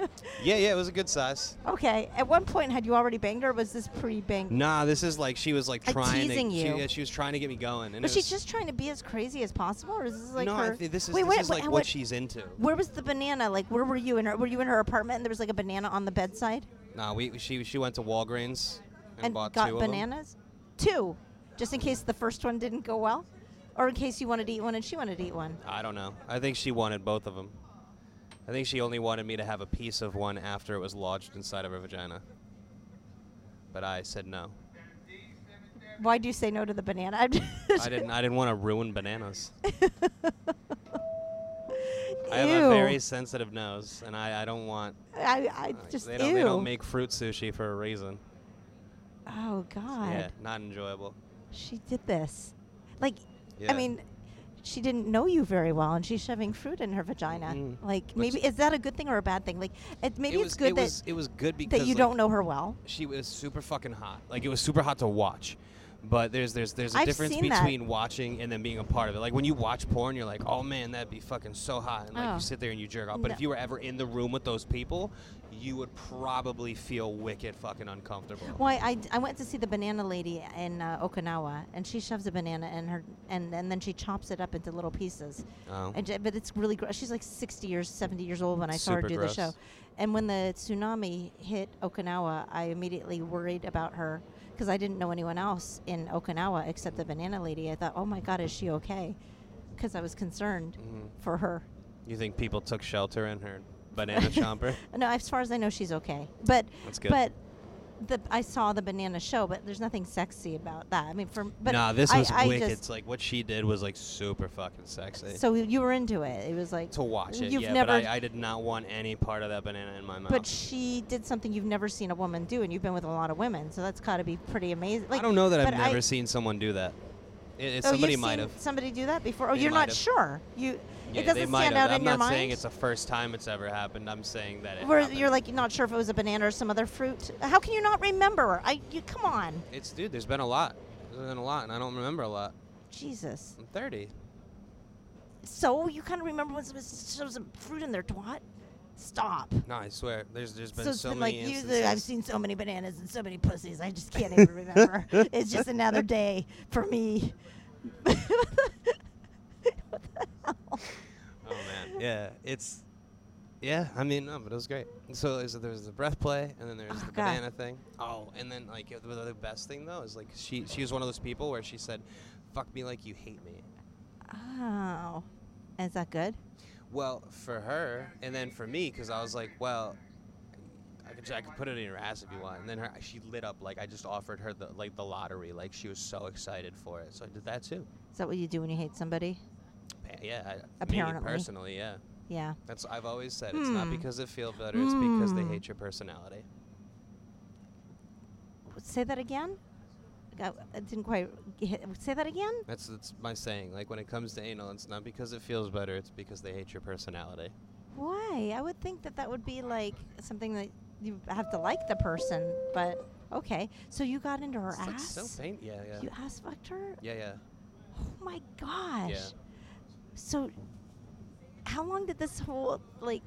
yeah, yeah. It was a good size.
okay. At one point, had you already banged her? Or was this pre-banged?
Nah, this is like she was like
Like
trying
teasing
to.
you.
She, yeah, she was trying to get me going. And
was
it
she
was,
just trying to be as crazy as possible, or is this like
no, I
her?
thi- this is
wait,
this
wait,
is like
wait,
what,
what-
she's into.
Where was the banana? Like, where were you in her? Were you in her apartment? And there was like a banana on the bedside,
Nah, we she she went to Walgreens and, bought
got
two
bananas. Two, just in case the first one didn't go well, or in case you wanted to eat one and she wanted to eat one.
of them. I don't know. I think she wanted both of them. I think she only wanted me to have a piece of one after it was lodged inside of her vagina. But I said no.
Why do you say no to the banana?
I didn't. I didn't want to ruin bananas. I have a
Ew.
very sensitive nose, and I, I don't want.
I, I
like,
just
they, don't,
ew.
they don't make fruit sushi for a reason.
oh God,
Yeah, not enjoyable.
she did this. Like,
Yeah.
I mean, she didn't know you very well, and she's shoving fruit in her vagina.
Mhm.
Like,
Which-
maybe is that a good thing or a bad thing? Like, it, maybe
it
it's
was,
good
it
that
was, it was good because
that you
like,
don't know her well.
She was super fucking hot. Like it was super hot to watch. But there's there's there's a
I've
difference
seen that.
between watching and then being a part of it. Like when you watch porn, you're like, oh man, that'd be fucking so hot, and like
Oh.
you sit there and you jerk off. But
No.
if you were ever in the room with those people, you would probably feel wicked fucking uncomfortable.
Well, I, I d- I went to see the banana lady in uh, Okinawa, and she shoves a banana in her, and, and then she chops it up into little pieces.
Oh.
And, j- but it's really gross. She's like 60 years, 70 years old when I saw her
Super
do
gross.
the show. And when the tsunami hit Okinawa, I immediately worried about her because I didn't know anyone else in Okinawa except the banana lady. I thought, oh my God, is she okay? Because I was concerned
Mhm.
for her.
You think people took shelter in her banana chomper?
No, as far as I know, she's okay. But
That's good.
But the I saw the banana show, but there's nothing sexy about that. I mean, for but
nah, this
I,
was
I
wicked.
just-
It's like what she did was like super fucking sexy.
so you were into it. It was like
to watch it,
You've
yeah.
never,
but I, I did not want any part of that banana in my mouth.
but she did something you've never seen a woman do, and you've been with a lot of women, so that's got to be pretty amazing. Like,
I don't know that
but
I've never
I-
seen someone do that. It, it,
Oh, you've
somebody might
seen
have.
Somebody do that before? Oh,
They
you're
might
not
have.
sure. You
Yeah,
it
they
doesn't
might
stand
have.
out
I'm
in your
not
mind.
saying it's the first time it's ever happened. I'm saying that it
where
happened.
you're like not sure if it was a banana or some other fruit. How can you not remember? I you come on,
it's dude. There's been a lot. There's been a lot, and I don't remember a lot.
Jesus.
I'm 30.
So you kind of remember when somebody shoves a fruit in their twat? Stop.
No, I swear. There's there's been
so
so,
it's been like
many
you.
instances.
the- I've seen so many bananas and so many pussies. I just can't even remember. It's just another day for me. what the hell?
Oh man. Yeah, it's. Yeah, I mean, no, but it was great. So there's, there's the breath play, and then there's
Oh,
the
God.
banana thing. Oh, and then like the, the best thing though is like she she was one of those people where she said, "Fuck me like you hate me,"
Oh, is that good?
Well, for her, and then for me, because I was like, well, I could, I could put it in your ass if you want. And then her, she lit up like I just offered her the like the lottery. Like she was so excited for it. So I did that too.
Is that what you do when you hate somebody?
Pa- Yeah, I,
Apparently.
me personally, yeah.
Yeah.
That's I've always said it's not
Hmm.
because it feels better. It's because they
Hmm.
hate your personality.
Say that again. I I didn't quite get, say that again.
That's that's my saying. Like when it comes to anal, it's not because it feels better. It's because they hate your personality.
Why? I would think that that would be like something that you have to like the person, but okay. So you got into her
It's, like,
ass.
so pain. Yeah, yeah,
You ass fucked her.
yeah, yeah.
Oh my gosh. So, how long did this whole like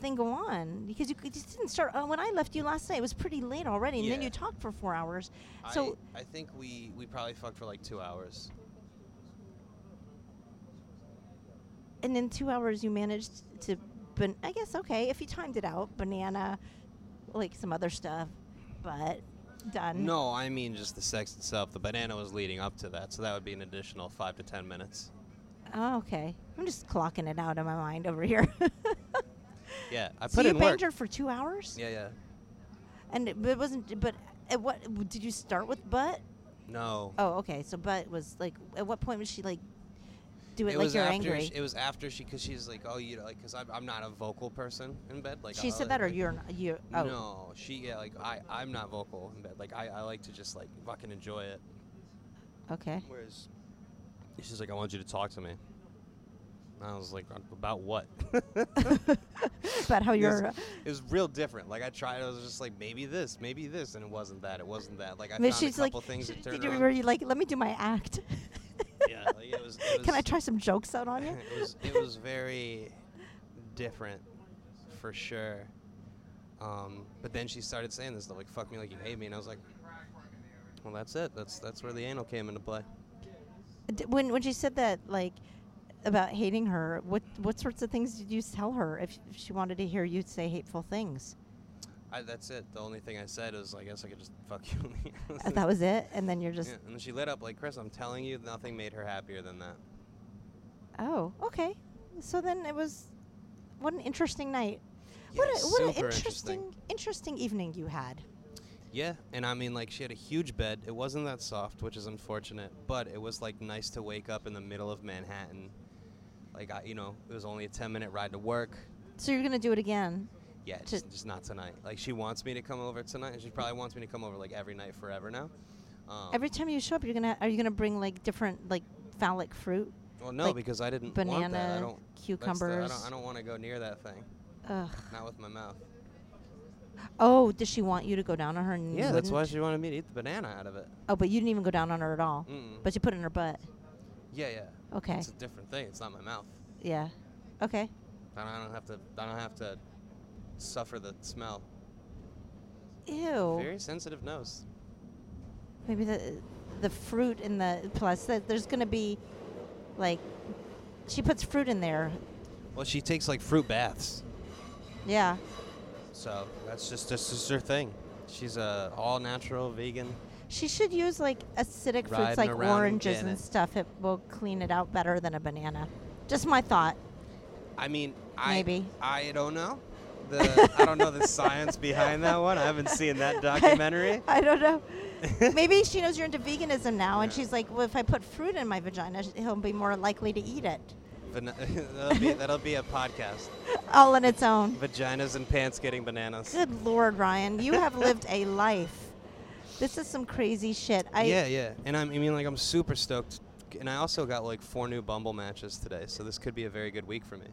thing go on? Because you, c- just didn't start uh, when I left you last night. It was pretty late already, and then
Yeah.
you talked for four hours. So
I, I think we we probably fucked for like two hours.
and in two hours you managed to, ban- I guess okay if you timed it out, banana, like some other stuff, but done.
No, I mean just the sex itself. The banana was leading up to that, so that would be an additional five to ten minutes.
Oh, okay. I'm just clocking it out in my mind over here.
Yeah, I
so
put
you
in
banged
work.
her for two hours,
Yeah, yeah.
and it, but it wasn't. But at what did you start with? Butt.
No,
Oh, okay. So, but was like, at what point was she like do it, like
was
you're
after
angry.
She, it was after she, because she's like, oh, you know, like, because I'm, I'm not a vocal person in bed. Like
she
I
said
like-
that, or
like-
you're not, you. Oh,
No, she yeah, like I I'm not vocal in bed. Like I, I like to just like fucking enjoy it.
okay.
Whereas she's like, I want you to talk to me. And I was like, about what?
About how
It was-
you're. uh,
It was real different. Like I tried. I was just like, maybe this, maybe this, and it wasn't that. It wasn't that. Like I
I mean,
found
she's
a
like,
couple things
sh-
that
did
turned
you,
around.
were you like, let me do my act?
Yeah, like, it was- it
Can I
was-
try some jokes out on you?
it was it was very different, for sure. Um, but then she started saying this stuff like, "Fuck me like you hate me," and I was like, "Well, that's it. That's that's where the anal came into play."
D- when when she said that, like about hating her, what what sorts of things did you tell her if, if she wanted to hear you say hateful things?
I, that's it. The only thing I said is, I guess I could just fuck you.
Uh, that was it, and then you're just,
Yeah, and she lit up like Chris. I'm telling you, nothing made her happier than that.
oh, okay. So then it was, what an interesting night. What
Yeah,
a, what an
super
interesting, interesting evening you had.
Yeah, and I mean, like, she had a huge bed. It wasn't that soft, which is unfortunate, but it was, like, nice to wake up in the middle of Manhattan. Like, I, you know, it was only a 10 minute ride to work.
So you're gonna do it again.
Yeah,
To-
just, just not tonight. Like, she wants me to come over tonight, and she probably wants me to come over, like, every night forever now. Um,
Every time you show up, you're gonna are you gonna bring like different like phallic fruit?
well, no,
like,
because I didn't want that. I
banana,
don't, that's the- I
cucumbers.
don't, I don't want to go near that thing.
Ugh.
Not with my mouth.
Oh, does she want you to go down on her? And you
Yeah, that's why
wouldn't?
she wanted me to eat the banana out of it.
Oh, but you didn't even go down on her at all.
Mm.
But you put it in her butt.
Yeah, yeah.
Okay.
It's a different thing. It's not my mouth.
Yeah. Okay.
I don't, I don't have to. I don't have to suffer the smell.
Ew.
Very sensitive nose.
Maybe the the fruit in the plus that there's gonna be, like, she puts fruit in there.
Well, she takes like fruit baths,
Yeah.
so that's just that's just her thing. She's a all natural vegan.
She should use like acidic
Riding
fruits like
around and
oranges
getting
and
it.
stuff. It will clean it out better than a banana. Just my thought.
I mean, I
Maybe.
I don't know. The I don't know the science behind that one. I haven't seen that documentary.
I don't know. Maybe she knows you're into veganism now, and
Yeah.
she's like, "Well, if I put fruit in my vagina, sh- he'll be more likely to eat it."
Vana- that'll, be, that'll be a podcast.
All on its own.
Vaginas and pants getting bananas.
Good Lord, Ryan, you have lived a life. This is some crazy shit. I
yeah, yeah. And I'm, I mean, like, I'm super stoked. And I also got like four new Bumble matches today, so this could be a very good week for me.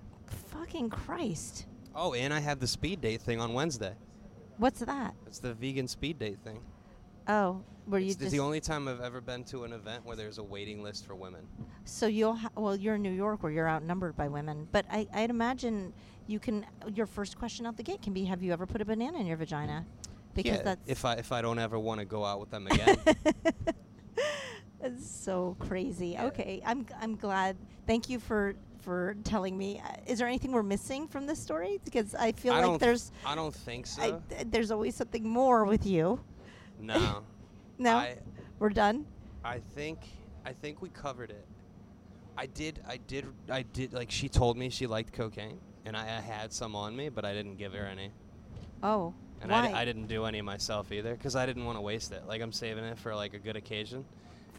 fucking Christ.
Oh, and I have the speed date thing on Wednesday.
What's that?
It's the vegan speed date thing.
Oh, were you
it's the-
just
the only time I've ever been to an event where there's a waiting list for women.
so you'll ha- well you're in New York where you're outnumbered by women, but I I'd imagine you can your first question out the gate can be have you ever put a banana in your vagina? Because
yeah,
that's
if I if I don't ever want to go out with them again.
That's so crazy.
Yeah.
Okay, I'm g- I'm glad. Thank you for for telling me. Uh, Is there anything we're missing from this story? Because I feel
I
like
don't
there's
I don't think so.
I, th- there's always something more with you.
no.
No,
I
we're done.
I think I think we covered it. I did I did I did like she told me she liked cocaine and I, I had some on me but I didn't give her any.
Oh,
And I,
why?
di- I didn't do any myself either because I didn't want to waste it. Like I'm saving it for like a good occasion,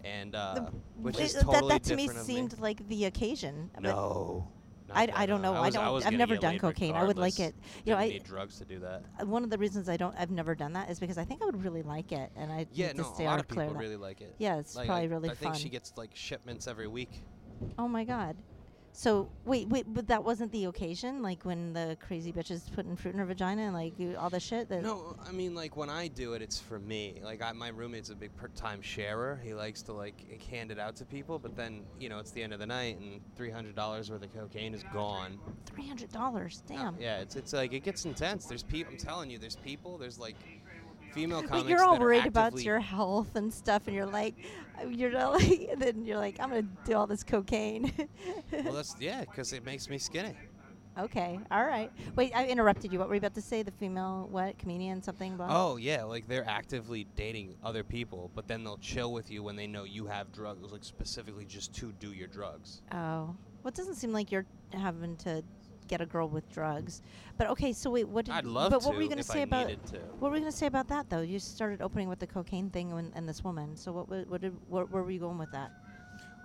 and uh,
The-
which
it-
is totally
that, that to me
different of
seemed like the occasion. but
No. not
I,
that
I don't know.
I,
I,
was-
don't.
was
I've
gonna
never
get
done
laid
cocaine. I would like it.
regardless.
You know,
Didn't
I Uh,
need drugs to do that.
one of the reasons I don't. I've never done that is because I think I would really like it, and I
Yeah,
need to
no, a
stay
lot
on
of people
clear that.
really like it.
Yeah, it's
Like,
probably
I,
really
I think
fun.
she gets like shipments every week.
Oh my god. So wait, wait, but that wasn't the occasion, like when the crazy bitch is putting fruit in her vagina and like you- all the shit. That
No, I mean like when I do it, it's for me. Like I, my roommate's a big per- time sharer. He likes to like h- hand it out to people, but then you know it's the end of the night and three hundred dollars worth of cocaine is gone.
three hundred dollars.
Yeah,
Damn.
Yeah, it's it's like it gets intense. There's people. I'm telling you, there's people. There's like female comics.
Wait, you're all
that are
worried about
actively-
your health and stuff, and you're like, uh, you're not like, and then you're like, I'm gonna do all this cocaine.
Well, that's yeah, because it makes me skinny.
okay, all right. Wait, I interrupted you. What were you about to say? The female what comedian something? Blah.
Oh yeah, like they're actively dating other people, but then they'll chill with you when they know you have drugs, like specifically just to do your drugs.
Oh. Well, it doesn't seem like you're having to get a girl with drugs. But okay, so wait, what? Did,
I'd love
but
to
what were you gonna
if
say
I
about?
needed to.
What were we gonna say about that though? You started opening with the cocaine thing and, and this woman. So what? wa- What did? Where, where were you going with that?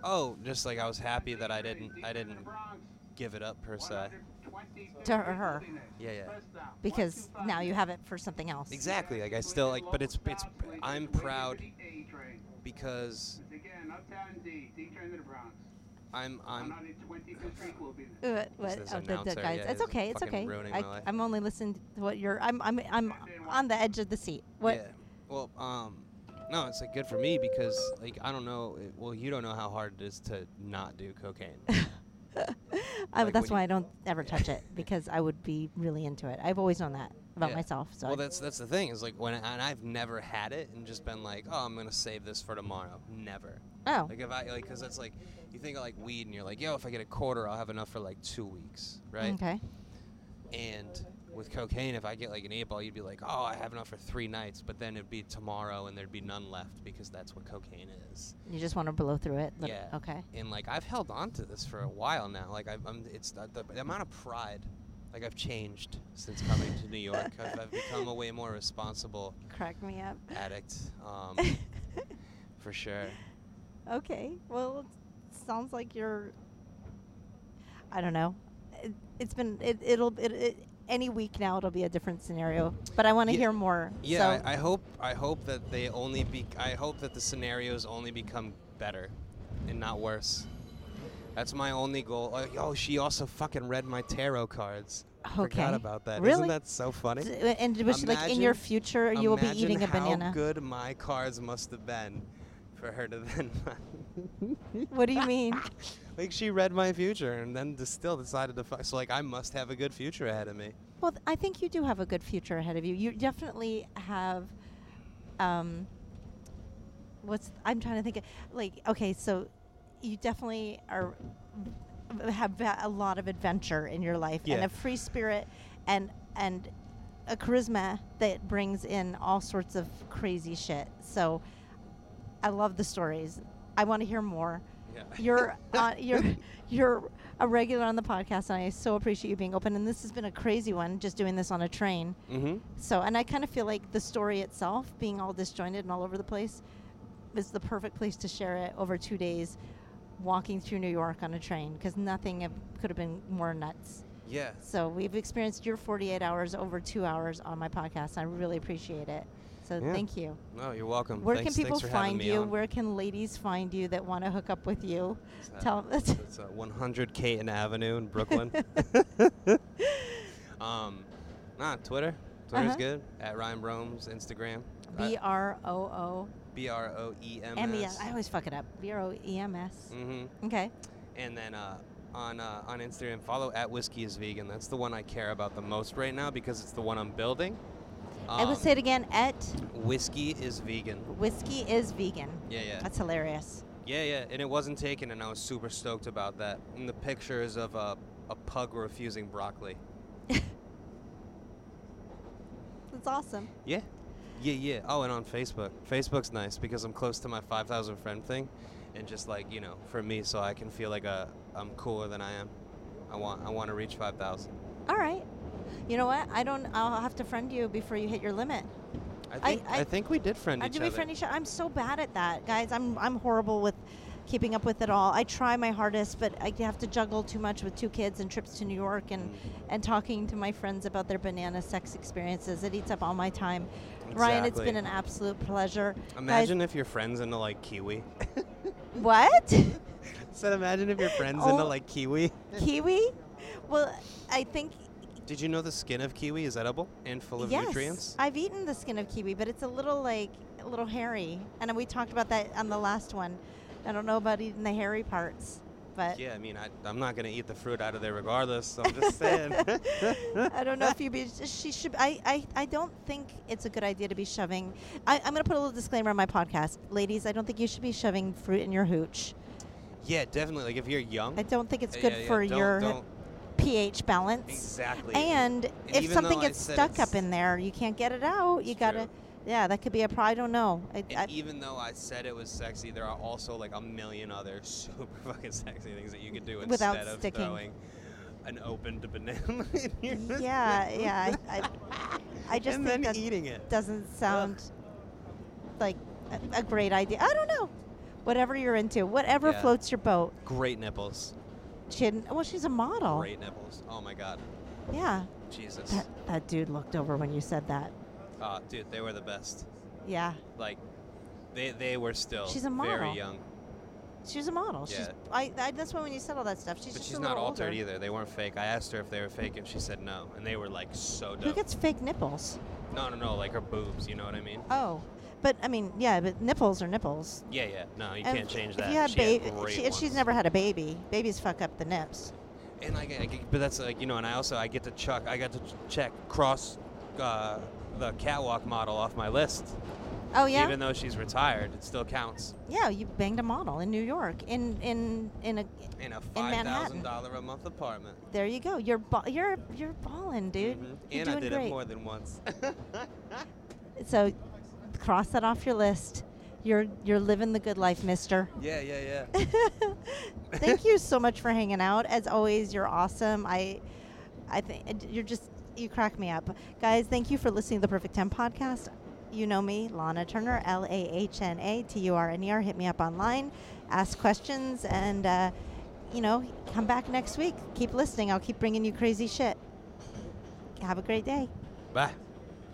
oh, just like I was happy that I didn't I didn't give it up per se.
to her, her
Yeah, yeah.
because now you have it for something else.
Exactly. Like I still like, but it's it's I'm proud because I'm I'm
Uh, what?
this
Oh, the, the
announcer,
guys.
yeah,
it's
he's
okay. It's
fucking
okay.
ruining my
I,
life.
I'm only listening to what you're. I'm I'm I'm on the edge of the seat. What?
Yeah. Well, um, no, it's like good for me because like I don't know. It, well, you don't know how hard it is to not do cocaine.
I,
Like,
that's
when
why
you-
I don't ever touch it because I would be really into it. I've always known that about
Yeah.
myself. So
well,
I-
that's that's the thing is like when and I've never had it and just been like, oh, I'm gonna save this for tomorrow. Never.
oh,
Like if I like because that's like you think of like weed and you're like, yo, if I get a quarter, I'll have enough for like two weeks, right?
okay.
And with cocaine, if I get like an eight ball, you'd be like, oh, I have enough for three nights, but then it'd be tomorrow and there'd be none left because that's what cocaine is.
You just want to blow through it. Look-
Yeah.
Okay.
and like I've held on to this for a while now. Like I've, I'm, it's the, the, the amount of pride, like I've changed since coming to New York. I've, I've become a way more responsible
Crack me up.
addict, um, for sure.
okay. Well, it sounds like you're. I don't know. It, it's been. It, it'll. It, it, any week now, it'll be a different scenario. But I want to
Ye-
hear more.
Yeah,
So
I, I hope I hope that they only be. I hope that the scenarios only become better, and not worse. That's my only goal. Like, oh, she also fucking read my tarot cards.
Okay.
Forgot about that.
Really?
Isn't that so funny?
D- and was she like in your
Imagine-
future, you will be
Imagine
eating a
how
banana.
good my cards must have been for her to then.
What do you mean?
like she read my future and then just still decided to fuck. So like I must have a good future ahead of me.
Well, th- I think you do have a good future ahead of you. You definitely have. Um, what's I'm trying to think of, like okay, so you definitely are have va- a lot of adventure in your life and
Yeah.
a free spirit and and a charisma that brings in all sorts of crazy shit. So I love the stories. I want to hear more.
Yeah.
You're on, you're you're a regular on the podcast, and I so appreciate you being open. And this has been a crazy one, just doing this on a train.
Mm-hmm.
So, and I kind of feel like the story itself, being all disjointed and all over the place, is the perfect place to share it over two days, walking through New York on a train, because nothing have- could have been more nuts.
Yeah.
So we've experienced your 48 hours over two hours on my podcast. I really appreciate it. So
Yeah.
thank you.
No, you're welcome.
Where
Um, Thanks-
can people
thanks for having
find
me
you?
on.
Where can ladies find you that want to hook up with you?
It's, uh,
Tell
It's uh, 100 Caton Avenue in Brooklyn. um, nah, Twitter. Twitter's
Uh-huh.
good. At Ryan Bromes, Instagram.
B R O O
B R O E M
M E S.
S.
I always fuck it up. B R O E M S.
Mm-hmm.
Okay.
and then uh, on uh, on Instagram, follow at whiskey is vegan. That's the one I care about the most right now because it's the one I'm building.
I would
Um,
say it again at
whiskey is vegan.
whiskey is vegan.
Yeah, yeah,
That's hilarious.
yeah, yeah. And it wasn't taken, and I was super stoked about that. And the pictures of a a pug refusing broccoli.
That's awesome.
Yeah, yeah, yeah. Oh, and on Facebook, Facebook's nice because I'm close to my 5,000 friend thing, and just like you know, for me, so I can feel like a, I'm cooler than I am. I want I want to reach 5,000.
All right. You know what? I don't. I'll have to friend you before you hit your limit.
I
I-
think I,
I-
think we did friend
I
each
do
other.
be friend each other. I'm so bad at that, guys. I'm I'm horrible with keeping up with it all. I try my hardest, but I have to juggle too much with two kids and trips to New York and
Mm-hmm.
and talking to my friends about their banana sex experiences. It eats up all my time. Ryan, it's been
Exactly.
an absolute pleasure. Guys,
Imagine if your friends into like kiwi.
what?
Said imagine if your friends into
Oh.
like kiwi.
Kiwi? Well, I think
Did you know the skin of kiwi is edible and full of
yes.
nutrients?
I've eaten the skin of kiwi, but it's a little like a little hairy, and we talked about that on the last one. I don't know about eating the hairy parts, but
Yeah, I mean I, I'm not gonna eat the fruit out of there regardless. So I'm just saying.
I don't know if you be. She should. I, I. I. don't think it's a good idea to be shoving. I, I'm going to put a little disclaimer on my podcast, ladies. I don't think you should be shoving fruit in your hooch.
yeah, definitely. Like if you're young,
I don't think it's
yeah,
good
yeah,
for
don't-
your
don't-
pH balance.
exactly.
And, if
even
something
though I
gets
said
stuck
it's-
up in there, you can't get it out. You
It's
gotta.
true.
Yeah, that could be a problem. I don't know. I,
And
I,
even though I said it was sexy, there are also like a million other super fucking sexy things that you could do
Without
instead of
sticking.
throwing an open banana. in your-
mm, yeah, yeah. I, I, I just
and
think
then
that
eating it.
doesn't sound like a, a great idea. I don't know. whatever you're into, whatever
Yeah.
floats your boat.
Great nipples.
She had, well, she's a model.
Great nipples. Oh my god.
Yeah.
Jesus.
That, that dude looked over when you said that.
Ah, dude, they were the best.
Yeah.
Like, they they were still
She's a
very
model.
young,
She's a model. She's
Yeah.
I, I that's why when you said all that stuff, she's
but
just
she's
a
not
little
altered
older.
either. They weren't fake. I asked her if they were fake, and she said no, and they were like so
Who
dope.
gets fake nipples?
no, no, no, like her boobs. You know what I mean?
Oh, but I mean, yeah, but nipples are nipples.
Yeah, yeah. No, you
And
can't change
if
that.
you had
she had
baby,
great
she, if she's
ones.
never had a baby, babies fuck up the nips.
And like, I get- but that's like you know, and I also I get to chuck, I got to ch- check cross uh, the catwalk model off my list.
Oh yeah,
Even though she's retired, it still counts.
yeah. You banged a model in New York in in in a.
In a five
Manhattan.
thousand dollar a month apartment.
There you go. You're ba- you're you're balling, dude.
Mhm.
You're
And
doing
I did
great.
it more than once.
So, cross that off your list. You're you're living the good life, Mister.
yeah, yeah, yeah.
Thank you so much for hanging out. As always, you're awesome. I I think you're just you crack me up, guys. Thank you for listening to the Perfect Ten podcast. You know me, Lana Turner, L A H N A T U R N E R. Hit me up online, ask questions, and uh, you know, come back next week. Keep listening. I'll keep bringing you crazy shit. Have a great day.
Bye.